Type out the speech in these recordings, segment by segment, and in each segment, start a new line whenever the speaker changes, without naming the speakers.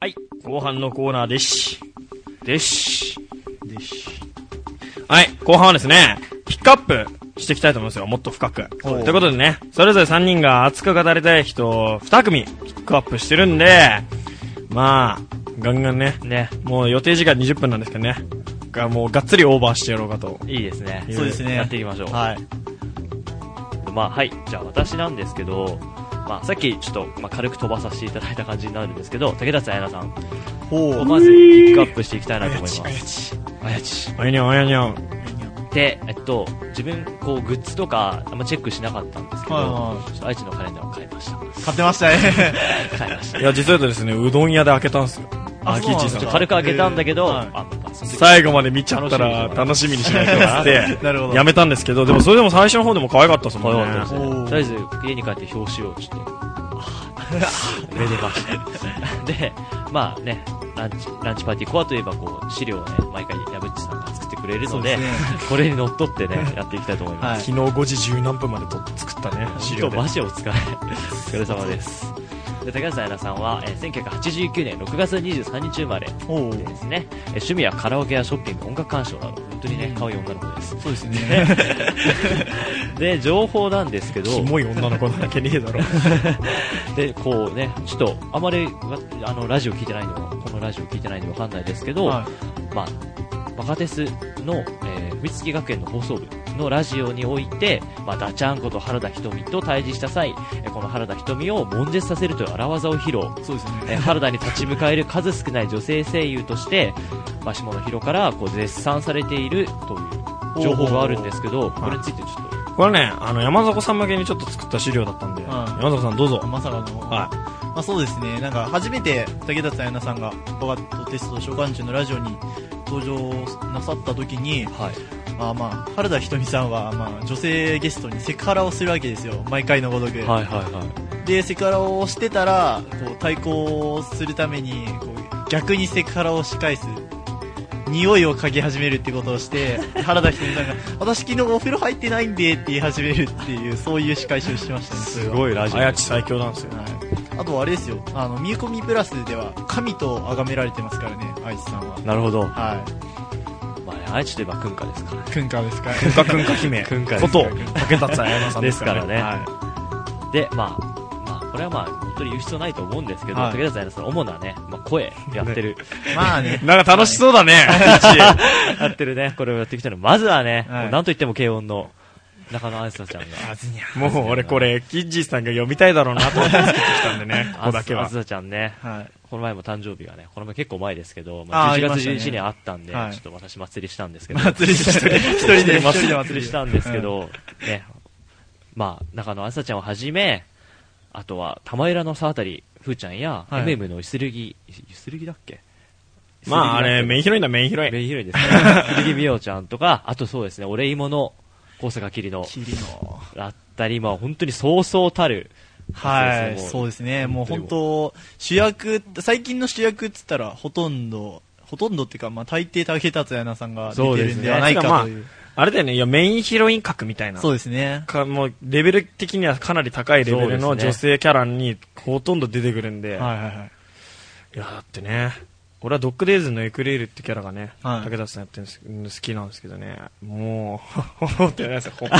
はい、後半のコーナーですし。ですし。
でし。
はい、後半はですね、ピックアップしていきたいと思いますよ、もっと深く。と
おう
いうことでね、それぞれ3人が熱く語りたい人を2組ピックアップしてるんで、まあ、ガンガンね、
ね。
もう予定時間20分なんですけどね、がもうがっつりオーバーしてやろうかと。
いいですね。
そうですね
やっていきましょう。
はい。
まあ、はい。じゃあ私なんですけど、まあ、さっきちょっと、まあ、軽く飛ばさせていただいた感じになるんですけど、武田さん、綾菜さん、
ほ
を
う。
まずピックアップしていきたいな
あ
と
や
思い
ち、
ま
あや
す。
ち。
あやち。
あやにゃん、あやにゃん。
で、えっと、自分、こう、グッズとか、あんまチェックしなかったんですけど、
はいはい
ちょっと愛知のカレンダーを買いました。
買ってましたね。
買いました。
いや、実はですね、うどん屋で開けたんすよ。
あ
あ、キーチーさ
そうなんんだ
が。
軽く開けたんだけど、
はい
あ、またその時
最後まで見ちゃったら楽しみにしないとなっ
なるほ
て、
ど
やめたんですけど、でもそれでも最初の方でも可愛かったですもん
可
ね
愛。かったです
お
ね。
ー
とりあえず、家に帰って表紙をちょっと、あーめでました。 で、まあね、ランチ、ランチパーティーコアといえば、こう、資料をね、毎回、矢渕さんが作ってくれるので、
そうです
これにのっとってね、やっていきたいと思います。
はい。
昨日5時10何分までと作ったね、資料
本
で
当。マジお疲れ。お疲れ様です。で高橋さん、やなさんは、えー1989年6月23日生まれ
ほう。
でですね、えー趣味はカラオケやショッピング、音楽鑑賞など、本当にね、可愛い女の子です。
そうですね。
で、情報なんですけど、
キモい女の子なわけねえだろ。
で、こうね、ちょっと、あまり、わあの、ラジオ聞いてないのは、このラジオ聞いてないのわかんないですけど、
は
まあ、バカテスの、えー、踏月学園の放送部のラジオにおいて、まあ、ダチャンこと原田瞳と対峙した際、えーこの原田瞳を悶絶させるという荒技を披露。
い。そうです
えー
ね。
原田に立ち向かえる数少ない女性声優として、まあ、下野紘からこう絶賛されているという情報があるんですけど、これについてちょっと
これね、あの、山迫さん向けにちょっと作った資料だったんで、
はい
山迫さんどうぞ。
まさかの。
は
まあそうですね、なんか初めて武田さやなさんがバガットテスト召喚中のラジオに登場なさった時に、
はい。
あまあ、原田ひとみさんは、まあ、女性ゲストにセクハラをするわけですよ、毎回のごとく。
はいはいはい。
で、セクハラをしてたら、こう対抗するためにこう、逆にセクハラを仕返す。匂いを嗅ぎ始めるってことをして、原田ひとみさんが、私昨日お風呂入ってないんでって言い始めるっていう、そういう仕返しをしてましたね。
い。
それは
ラジオ。あやち最強なんですよ。
はい、あとはあれですよ、あの、見込みプラスでは、神と崇められてますからね、愛知さんは。
なるほど。
は
まあね、愛知といえば文化ですからね。
い。くんかですか
くんかくんか姫。
くんかです
こと、竹達彩乃さんですからね。
ですからねで、まあ、まあ、これはまあ、本当に言う必要ないと思うんですけど、
はい
武田さんのその主なね、まあ、声やってる、
まあね。
なんか楽しそう だね。
やってるね、これをやってきたの。まずはね、
はい
もうなんといっても軽音の中野あずさち ゃんが。
もう俺これ、キッジーさんが読みたいだろうなと思って作ってきたんでね、 ここだけ
あ
は
ず。さちゃんね、
はい。
この前も誕生日がね、この前結構前ですけど、まあ、
あー
11
ありま
月
したね
11日にあったんで、
はい
ちょっと私祭りしたんですけど、
祭りした。一人で、一人で
祭りしたんですけど、ね、まあ、中野あずさちゃんをはじめ、あとは、玉浦の沢あたり、ふーちゃんや、
はい
MM のゆするぎ、ゆするぎだっけ
まああ れ、メインヒロインだ、メインヒロイン。
メインヒロインで すね。古着美容ちゃんとか、あとそうですね、俺芋の高坂霧の
霧の。
だったり、まあ本当にそうそうたる。
はい。
そ
そうう
で
ですね。もう本
本
当、主役、最近の主役っつったら、ほとんど、ほとんどっていうか、まあ、大抵竹達也奈さんが出てるんではないかという。
あれだよね、いや、メインヒロイン格みたいな。
そうですね。
かもう、レベル的にはかなり高いレベル
そ
の
うですね
女性キャラにほとんど出てくるんで、
はいはいはい。
いや、だってね、俺はドッグデイズのエクレールってキャラがね、
はい
武田さんやってるんです好きなんですけどね、もう、ほほってないですよ、ほほ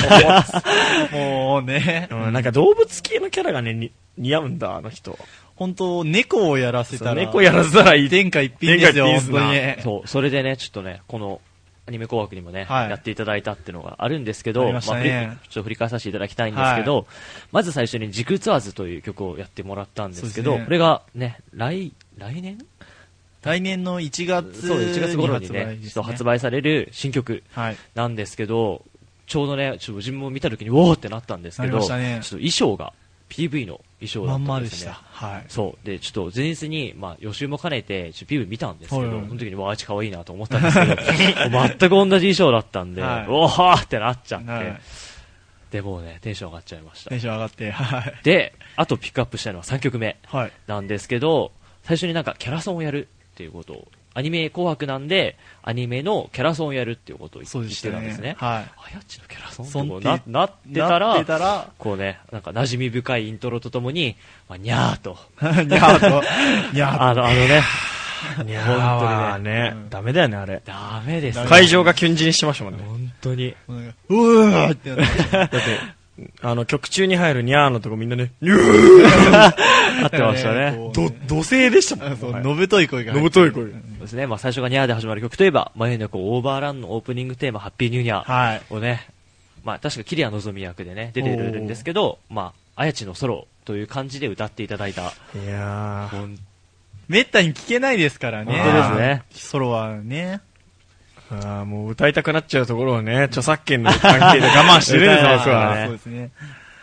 ほ
もうね。
うんなんか動物系のキャラがね、に似合うんだ、あの人。
本当猫をやらせたら。
猫やらせたらいい。
天下一品ですよ、
天下一
本
品
当に
で
ね。
そう、それでね、ちょっとね、この、アニメ紅白にもね、
はい
やっていただいたっていうのがあるんですけど、
ありましたね
あ振りちょっと振り返させていただきたいんですけど、まず最初に「時空ツアーズ」という曲をやってもらったんですけ
そ
ど、
うですね
これがね、来、来年
来年の1月
そう、1月頃に
に
ね、
です
ちょっと発売される新曲
はい。
なんですけど、ちょうどね、ちょっと自分も見た時に、おおってなったんですけ
なり
ど、
ましたね
ちょっと衣装が、PV の衣装だ
まん
った
ま
ん
で
です
し
ね。
た。はい。
そう。で、ちょっと前日に、まあ、予習も兼ねて、ちょっと PV 見たんですけど、
はいはい
その時に、わあ、あいつ可愛いなと思ったんですけど、全く同じ衣装だったんで、
はい
おーってなっちゃって、
はい。
で、もうね、テンション上がっちゃいました
テ。ンション上がって、はい。
で、あとピックアップしたいのは3曲目
はい。
なんですけど、最初になんかキャラソンをやるっていうことをアニメ紅白なんで、アニメのキャラソンをやるっていうことを言
そうで
っ
してた
たん
ね。
ですね。
は
あやっちのキャラソン
そん
ってななってた
なって
ら、
たら、
こうね、なんか馴染み深いイントロとともに、まあ、にゃーと。
にゃーと。にゃーと。
あの、あのね、
いやー、
本
ね、
うん
ダメだよね、あれ。
ダメです。
会場がキュン死にしてましたもんね。
本当に。
もうなんかうわーってなって
だって、あの、曲中に入るニャーのとこみんなね、ニュ
合ってましたね。
こう
ー土星でしたも
あそ
ん。
う、
はい
のぶとい声が入
の
って
ぶ
る。
とい声。
そうですね。まあ最初がニャーで始まる曲といえば、真夜中オーバーランのオープニングテーマ、ハッピーニューニャー
はい。
をね、まあ確かキリアのぞみ役でね、出てるんですけど、まあ、あやちのソロという感じで歌っていただいた。
いや
本
めったに聞けないですからね。
本当ですね。
ソロはね。
ー、あーもう歌いたくなっちゃうところをね、著作権の関係で我慢してるんですよ、僕は
あー
ね。
そうですね。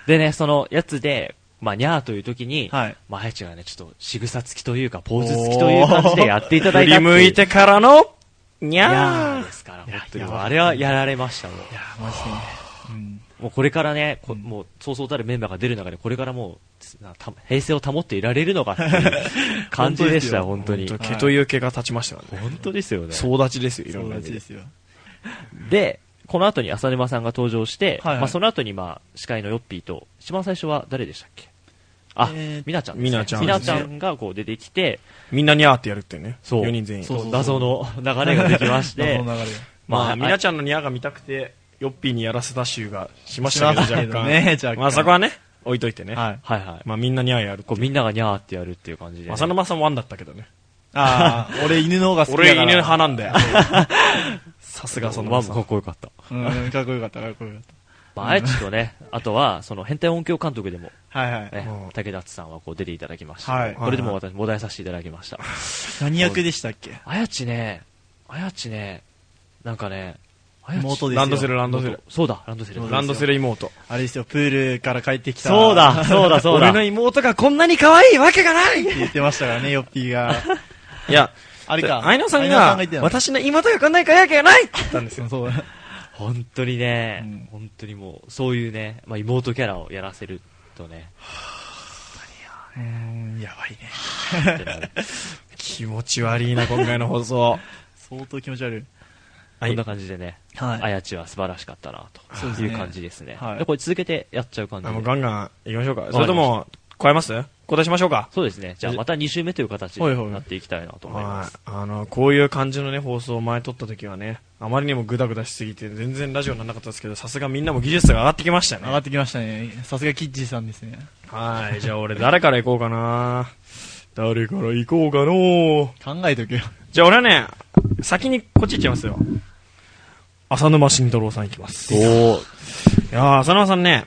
でね、そのやつで、まあ、にゃーという時に、
はい
まあ、あやちがね、ちょっと、仕草つきというか、ポーズつきという感じでやっていただ
振り
いたっていう
向いてからの、ニ
に
ャ
ゃー
ー
ですから、
いや
本当に
やばい
あれはやられましたもん。
いやー、マジでね。うん。
もうこれからね、こ
うん
もう、そうそうたるメンバーが出る中で、これからもう、なた平成を保っていられるのかっていう感じでした、本当に。
ほん
本
と毛という毛が立ちましたからね。
当ですよね。
総立ちですよ、いろ
そ
ん
う
な
ら
意味
しいで
で。
すよ。
で、この後に浅沼さんが登場して、
はいはい
まあ、その後に、まあ、司会のヨッピーと、一番最初は誰でしたっけあ、
えー
みなちゃんですね。
みなちゃん
みなちゃんがこう出てきて、
みんなニャーってやるっていうね。
そう
4人全員。
そうそう
謎の流れができまして
謎、の流れ。
まあ、みな
ち
ちゃんのニャーが見たくて、ヨッピーにやらせた集がしましたけど、
しました
若
けど
干。
ね若干
まあ、そこはね、置いといてね。
はい。
ゃん。はいはい。
まあ、みんなニャーやる。
こうみんながにゃーってやるっていう感じでね、
浅沼さんワンだったけどね。
ああ、俺犬の方が好きだ
俺
か
犬
ら。
派なんだよ。さすがそのワ
まあ
ンさ
かっ
ん。
こよかった。
うん、かっこよかった、かっこよかっ
まあ、あやちとね、あとは、その変態音響監督でも、
た。はいはい。
ね
うん、
武田さんはこう出ていただきました。
はい
これでも私、もだえさせていただきました。
何役でしたっけ
あやちね、あやちね、なんかね、あやち
妹ですよ。
ランドセル、ランドセル。
そうだ、ランドセル。
ランドセル妹。
あれですよ、プールから帰ってきた。
そうだ、そうだ、 そうだ。
俺の妹がこんなに可愛いわけがないい
って言ってましたからね、ヨッピー が。
や、
あれか。
愛野さんが
アイナ言ってた、の
私の妹がこんなに可愛いわけがないって言ったんですよ。
そうだ。
本当にね、
うん
本当にもう、そういうね、まあ、妹キャラをやらせるとね、
うーん、やばいね。
ってなる
気持ち悪いな、今回の放送。
相当気持ち悪い。
こんな感じでね、
はい
あやちは素晴らしかったな、
そうで
と
すね
いう感じですね。
はい
でこれ続けてやっちゃう感じ
あ
で
もうガンガン行きましょうか。それとも、加えます答えしましょうか。
そうですね。じゃあまた2週目という形
はいはい
になっていきたいなと思いま
はい
す。。
あの、こういう感じのね、放送を前撮った時はね、あまりにもグダグダしすぎて、全然ラジオにならなかったですけど、さすがみんなも技術が上がってきました
上が
ね。
ってきましたね。さすがキッチーさんですね。
はい。 じゃあ俺、誰から行こうかな誰から行こうかの
考えとけよ。
じゃあ俺はね、先にこっち行っちゃいますよ。浅沼慎太郎さん行きます。い
お
やー、浅沼さんね、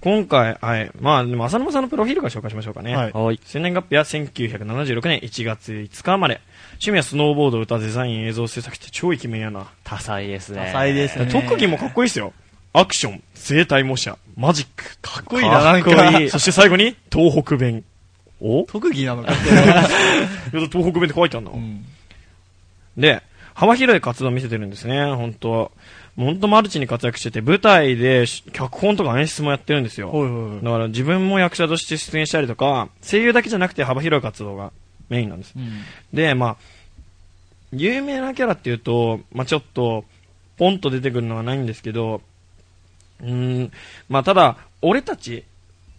今回、はい。まあ、でも浅沼さんのプロフィールから紹介しましょうかね。
はい
ーはい。
生年月日は1976年1月5日生まれ趣味はスノーボード歌デザイン映像制作って超イケメンやな、
多彩ですね。
多彩ですね
特技もかっこいいですよアクション生体模写マジックかっ
こいいななんか
こいいそして最後に東北弁お
特技なのか。
東北弁って書いてあるの、
うん。
で、幅広い活動を見せてるんですね、本当は。もう本当マルチに活躍してて、舞台でし脚本とか演出もやってるんですよ。
はいはいはい
だから自分も役者として出演したりとか、声優だけじゃなくて幅広い活動がメインなんです。
うん。
で、まあ、有名なキャラっていうと、まあちょっと、ポンと出てくるのはないんですけど、うーん、まあただ、俺たち、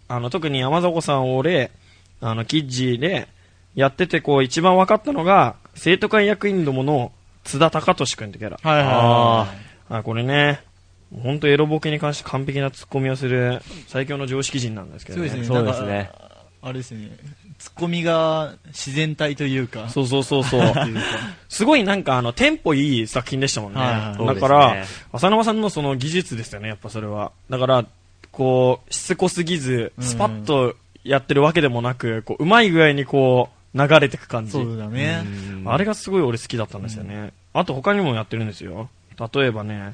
あの、特に山底さん、俺、あの、キッジーで、やってて、こう、一番分かったのが、生徒会役員どもの津田隆俊君ってキャラ。
はいはいは
あ
あ、これね、ほんとエロボケに関して完璧なツッコミをする最強の常識人なんです
い。
け
す
ど
ごい
ね。
ですね。
そうですね
なんか。あれですね。ツッコミが自然体というか。
そうそうそうそう。すごいなんかあの、テンポいい作品でしたもんね。
はいはい
だから、浅沼さんのその技術ですよね、やっぱそれは。だから、こう、しつこすぎず、
うん
スパッとやってるわけでもなく、こう、うまい具合にこう、流れてく感じ。
そうだね。
あれがすごい俺好きだったんですよね。あと他にもやってるんですよ。例えばね、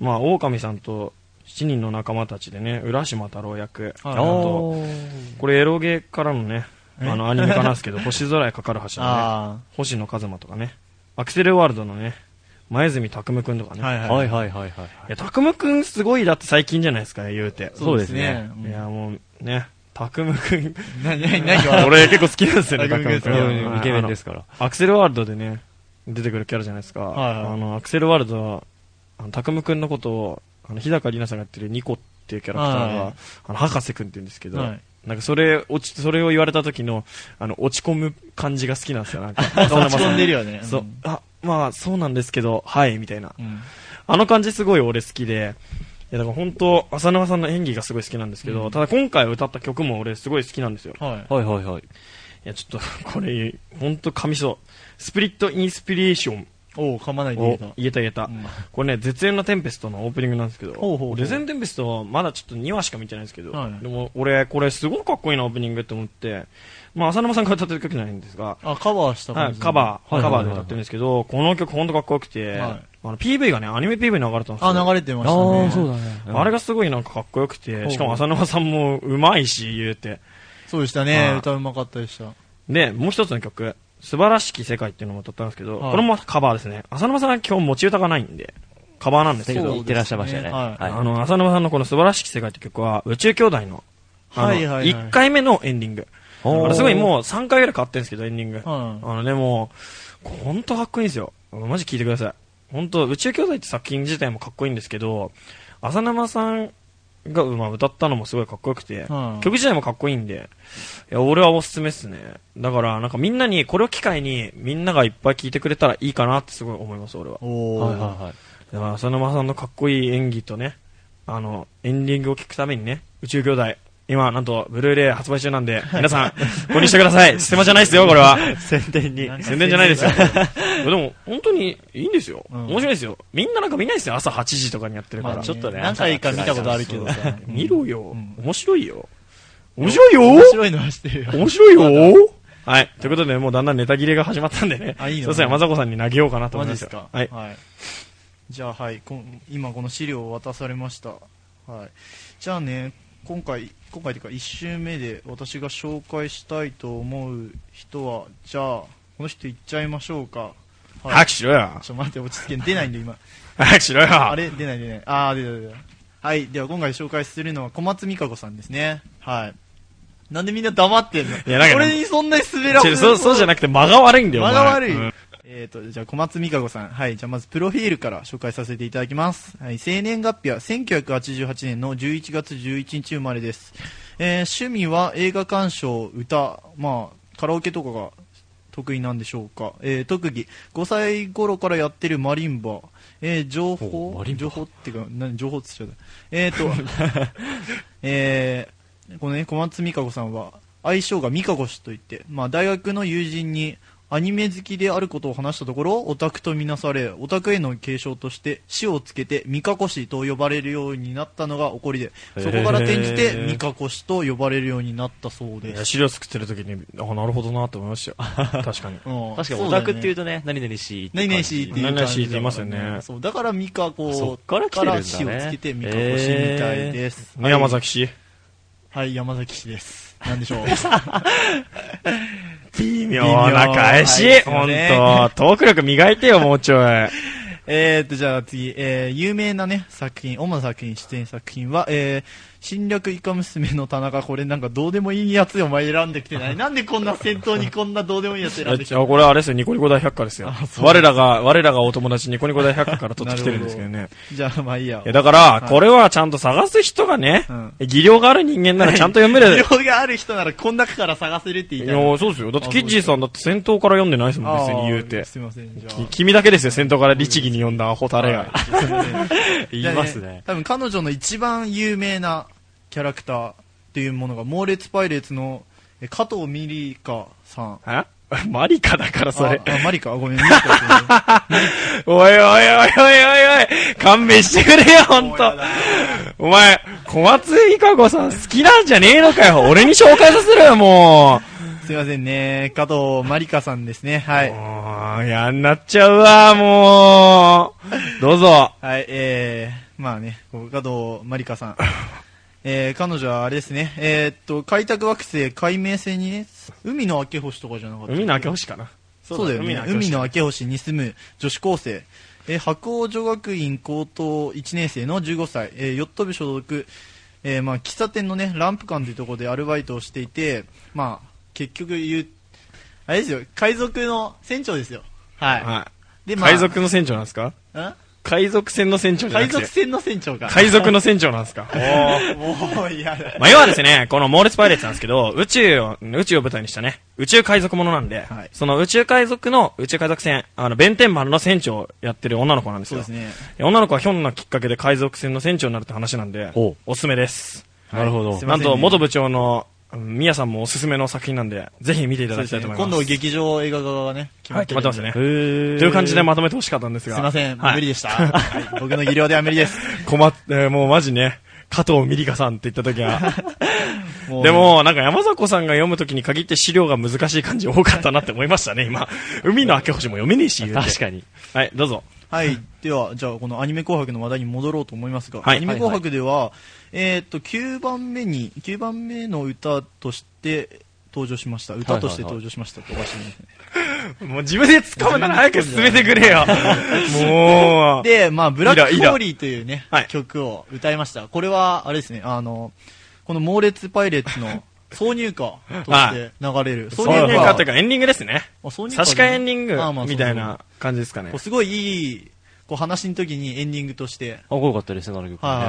まあ、狼さんと7人の仲間たちでね、浦島太郎役。あ
はい
あ
と、これエロゲからのね、
え
あの、アニメ化なんですけど、星空へかかる橋のね、
あ
星野一馬とかね、アクセルワールドのね、前泉拓夢くんとか
あ。
ね。
はい
い
はい。
はいはいはいはい。
や、拓夢くんすごいだって最近じゃないですか、言うて。
そうですね。
いや、もうね、拓夢くん、
な、な、な、何が
俺結構好きなんですよね、
拓
拓
夢
夢
く
く
ん
ん。
いや
はい
イケメンですから。
あのアクセルワールドでね、出てくるキャラじゃないですか、
はいはい
あのアクセルワールドはあの拓夢君のことをあの日高里奈さんがやってるニコっていうキャラクターが、
はい
あの博士君って言うんですけど、
はい
なんかそれ落ちそれを言われた時のあの落ち込む感じが好きなんですよなんか落
落ち込んでるよね。
そう、
ん
あまあそうなんですけどはいみたいな
うん。
あの感じすごい俺好きで、いやだから本当、浅沼さんの演技がすごい好きなんですけど、
うん
ただ今回歌った曲も俺すごい好きなんですよ。い
はい。
はいはいはい。
やちょっとこれ、本当噛みそう。スプリットインスピレーション
おう、噛まないでい
を
いな。
言えた言えた。
うん
これね、絶縁のテンペストのオープニングなんですけど、
ほうほうほう
俺絶縁のテンペストはまだちょっと2話しか見てないんですけど、
はい
でも俺これすごくかっこいいなオープニングって思って、まあ浅沼さんが歌ってる曲じゃないんですが、
あ、カバーした
は
感
い、
じ。
カバー、
はい
カバーで歌ってるんですけど、この曲本当かっこよくて、
はい
あの PV がね、アニメ PV 流れてたんですよ。
あ、流れてましたね。
ああ、そうだね。
あれがすごいなんかかっこよくて、
ほう
しかも浅沼さんもうまいし、言うて。
そうでしたね
は。い
歌うまかったでした。
で、もう一つの曲、素晴らしき世界っていうのも歌ったんですけど、
はい
これもカバーですね。浅沼さんは基本持ち歌がないんで、カバーなんですけ
そう
ど、
言ってらっしゃいましたよね。
そうですね
はい。
あの、浅沼さんのこの素晴らしき世界って曲は、宇宙兄弟の、あの、
はいはいはい
1回目のエンディング。あ
おー
れすごいもう3回ぐらい変わってるんですけど、エンディング。
は
あのね、もう、ほんとかっこいいんですよ。あのマジ聞いてください。ほんと、宇宙兄弟って作品自体もかっこいいんですけど、浅沼さんが、まあ、歌ったのもすごいかっこよくて、
はい
曲自体もかっこいいんで、いや、俺はおすすめっすね。だから、なんかみんなに、これを機会に、みんながいっぱい聞いてくれたらいいかなってすごい思います、俺は。
い。お
はい
ー。
はいはい。
だから浅沼さんのかっこいい演技とね、あの、エンディングを聞くためにね、宇宙兄弟、今、なんと、ブルーレイ発売中なんで、皆さん、購入してくださ い。ステマじゃないですよ、これは。
宣伝に
なんか
宣伝じゃないですよ。でも、本当にいいんですよ。
うん
面白いですよ。みんななんか見ないですよ。朝8時とかにやってるから。
まあ
ちょっとね
何回か見たことあるけどさ。
見ろよ、
うん
面白いよ。面白いよ
面白いのはしてるよ。
面白いよはい。ということで、もうだんだんネタ切れが始まったんでね。
あいいの
そうですね、まさこさんに投げようかなと思
マ
い
ジ
ま
ですす
よ
か。
はい。
じゃあ、はい。こん今、この資料を渡されました。はい。じゃあね、今回、今回というか、1周目で私が紹介したいと思う人は、じゃあ、この人いっちゃいましょうか。はい
早くしろよ
ちょ、待って、落ち着けん。出ないん で、今。
早くしろよ
あれ出ない出ない。あー、出た出た。はい。では、今回紹介するのは、小松美香子さんですね。はい。なんでみんな黙ってんの
やなんか
俺にそんなに滑ら
違うそう、そうじゃなくて間が悪いんだよ、
間が悪い。
お前うん
えっ、と、じゃあ、小松美香子さん。はい。じゃあ、まず、プロフィールから紹介させていただきます。はい。生年月日は1988年の11月11日生まれです。えー趣味は映画鑑賞、歌、まあ、カラオケとかが得意なんでしょうか。えー特技、5歳頃からやってるマリンバ。えー情
お
報
マリンバ
情報っていうか、何、情報って言っちゃった。えっ、 と、えー、このね、小松美香子さんは、愛称が美香子氏といって、まあ、大学の友人にアニメ好きであることを話したところ、オタクとみなされ、オタクへの継承として、死をつけて、美香子氏と呼ばれるようになったのが起こりで、そこから転じ
へ
て、
ー
美香子氏と呼ばれるようになったそう
い
で
や、
す。
資料作ってる時に、あ、なるほどなって思いました よ。確かに。
うん
確かにオタクっていう
う
とね、何々しって
だ
い
よね。
う
何
感
々
じ
氏っていう感じ
何々氏って
だから
言いますよね
そう、だから美香子
そっから来てるんだね
死をつけて美香子氏みたいです。
ね、山崎氏。
はい、山崎氏です。なんでしょう。
微妙
な
な
返
返
し
し、
ほ
ほ
ん
ん
と
と。トーク力磨いてよ、もうちょい。
えー、っと、じゃあ次、えー、有名なね、作品、主な作品、出演作品は、えー、侵略イカ娘の田中、これなんかどうでもいいやつお前選んできて ない。なんでこんな先頭にこんなどうでもいいやつ 選んでき
じ
て
ゃ
ない
あ、これはあれですよ、ニコニコ大百科ですよ
あそ。う
我らが、我らがお友達ニコニコ大百科から取ってきてるんですけどね。
じゃあ、まあいいや
いや、。だから
い、
これはちゃんと探す人がね
うん、
技量がある人間ならちゃんと読める。
用がある人ならこん中から探せるって
い
言いたいな。
や、そうですよ。だって、キッジーさんだって先頭から読んでないですもん、別に言う
あー
て。
すいません、じゃあ。
き君だけですよ、先頭から律儀に読んだアホタレが。
言
じゃあ
いますね。
多分彼女の一番有名なキャラクターっていうものが、猛烈パイレーツのえ加藤ミリカさん。
え マリカだから、それ。
あ、あマリカ ごめん、ミリカって言う
おいおいおいおいおいおい勘弁してくれよ、ほんと。お前、小松美香子さん好きなんじゃねえのかよ。俺に紹介させろよ、も
すいませんね。加藤まりかさんですね。は
う。
い。
もう、やんなっちゃうわ、もう。どうぞ。
はい、えー、まあね、こう加藤まりかさん。えー、彼女はあれですね、えー、っと、開拓惑星海明星にね、海の明け星とかじゃなかった
海の明け星かな。
そうだよね。海
海
の
の
明け星に住む女子高生。えー白鴎女学院高等1年生の15歳、えー、ヨット部所属、えーまあ、喫茶店のね、ランプ館というところでアルバイトをしていて、まあ、結局言う、あれですよ、海賊の船長ですよ。はい。
は
で、まあ、
海賊の船長なんですか
ん
海賊船の船長じゃな
海
くて
賊船の船長が。
海賊の船長なんですか
もう嫌だ。
まあ、要はですね、このモーレスパイレーツなんですけど、宇宙を、宇宙を舞台にしたね、宇宙海賊ものなんで、
はい
その宇宙海賊の、宇宙海賊船、あの、弁天丸の船長をやってる女の子なんです
そう
よ。
ですね。
女の子はひょんなきっかけで海賊船の船長になるって話なんで、
おう
おすすめです。
なるほど
すいま
な
せ
ん
ん
と、
ね
元部長の、みやさんもおすすめの作品なんで、ぜひ見ていただきたいと思います。
今度劇場映画側がね、決ま
は
っ
い
て
決
る
ま
ん
ってま
で
すね。
と
と
い
いう感じでまとめてほしかったんですが。
すいません、
はい
無理でした。はい僕の技量では無 理です。
困っ、えーもうマジね、加藤ミリカさんって言った時は、
もう
で、も、なんか山迫さんが読むときに限って資料が難しい感じ多かったなって思いましたね、今。 海の明け星も読めねえし、言うて
確かに。
はい、どうぞ。
はい。では、じゃあ、このアニメ紅白の話題に戻ろうと思いますが、
はい
アニメ紅白では、えーっと、9番目に、9番目の歌として登場しました。歌として登場しましたと、おかしいですね
もう自分で掴むなら早く進めてくれ よ。もう。
で、まあ、ブラック
イ
ホ
ライラ
ーリーというね
はい、
曲を歌いました。これは、あれですね、あの、この猛烈パイレーツ の挿入歌として流れる。
挿入歌という
か、
かエンディングですね。
あ挿入歌
差し替えエンディン
あまあ
グみたい
そうそう
な感じですかね
こう。すごいいい、こう話の時にエンディングとして、
あ、よかったですね、あの曲ね。
は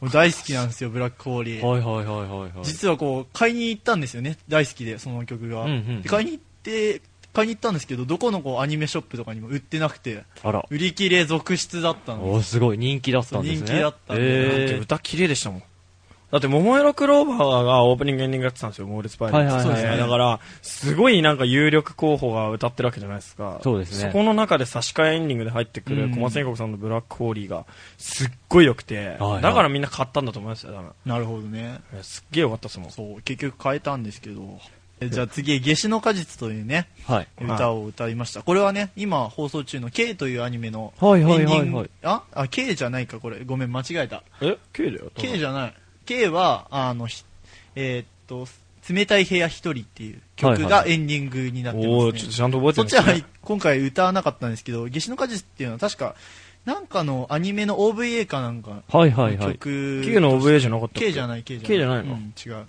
い。もう大好きなんですよ、ブラックホーリー。
はいはいはいはいはい。
実はこう、買いに行ったんですよね、大好きで、その曲が
うんうん。
で買いに行って、買いに行ったんですけど、どこのこうアニメショップとかにも売ってなくて、
あら。
売り切れ続出だったんです
おーすごい、人気だったんですね。
そう人気だったんで
だって
え
歌綺麗でしたもん。だって、桃色クローバーがオープニングエンディングやってたんですよ、モーレスパイレーツ。
はいはい
はいはい
そうですねだから、すごいなんか有力候補が歌ってるわけじゃないですか。
そうです
そ
ね
この中で差し替えエンディングで入ってく
う
る
ん
小松英子さんのブラックホーリーがすっごい良くて、
はいはい
だからみんな買ったんだと思いますよ、多分。
なるほどね。
いやすっげえ良かったですもん。
そう、結局変えたんですけど。えじゃあ次、夏至の果実というね、
ー、はい。
はい
歌を歌いました。これはね、今放送中の K というアニメの
はい
エン
はい
デ
は
ィ
い
ン
はい
グ、。あ、あ、K じゃないか、これ。ごめん、間違えた。
え ?K だよ。多分
K じゃない。K は、あの、ひえーっと、冷たい部屋一人っていう曲
はいはい
が
はい
エンディングになってますね。
おー、ちょっとちゃんと覚えて
そ
るん
っ
で
ち
すね
は今回歌わなかったんですけど、夏至の果実っていうのは確か、なんかのアニメの OVA かなんか
はいはい
の
はい。
曲、
K の OVA じゃなかったっけ
K じゃない K じゃない
K じゃないの
うん、違うなん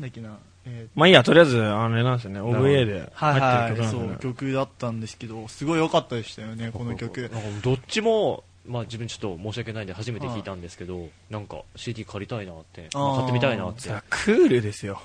だっけなえ
まあいいや、とりあえず、あれなんですよね、
るほど
OVA で
ー
入ってる曲なんで、
そう曲だったんですけどすごい良かったでしたよねこの曲
なんかどっちも、まあ自分ちょっと申し訳ないんで初めて聞いたんですけど、なんか CD 借りたいなって、
あー
買ってみたいなって。
さあクールですよ。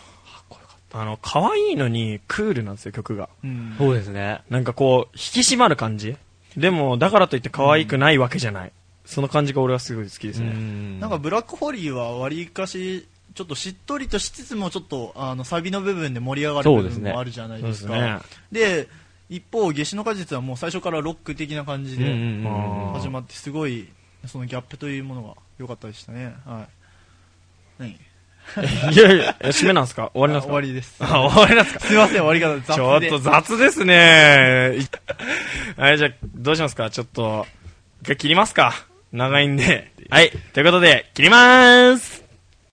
あの、可愛いのにクールなんですよ、曲が。
うん
そうですね。
なんかこう、引き締まる感じでも、だからといって可愛くないわけじゃない。その感じが俺はすごい好きですね。
なんかブラックホリーはわりかしちょっとしっとりとしつつもちょっとあのサビの部分で盛り上がる
そう
部
ですね
分もあるじゃない
そう
で
ですす
か
ね。
で一方夏至の果実はもう最初からロック的な感じ
うんうん
で
うんうん
あー
始まってすごいそのギャップというものが良かったでしたねはい何
いやいや、え締めなんですか終わりなんで
あ
す
終
か
わりです
あ、終わりなんですか
すいません、終わり方雑
ちょっ
で
と雑ですね。いはい、じゃあ、どうしますかちょっと、一回切りますか長いんで。はい、ということで、切りまーす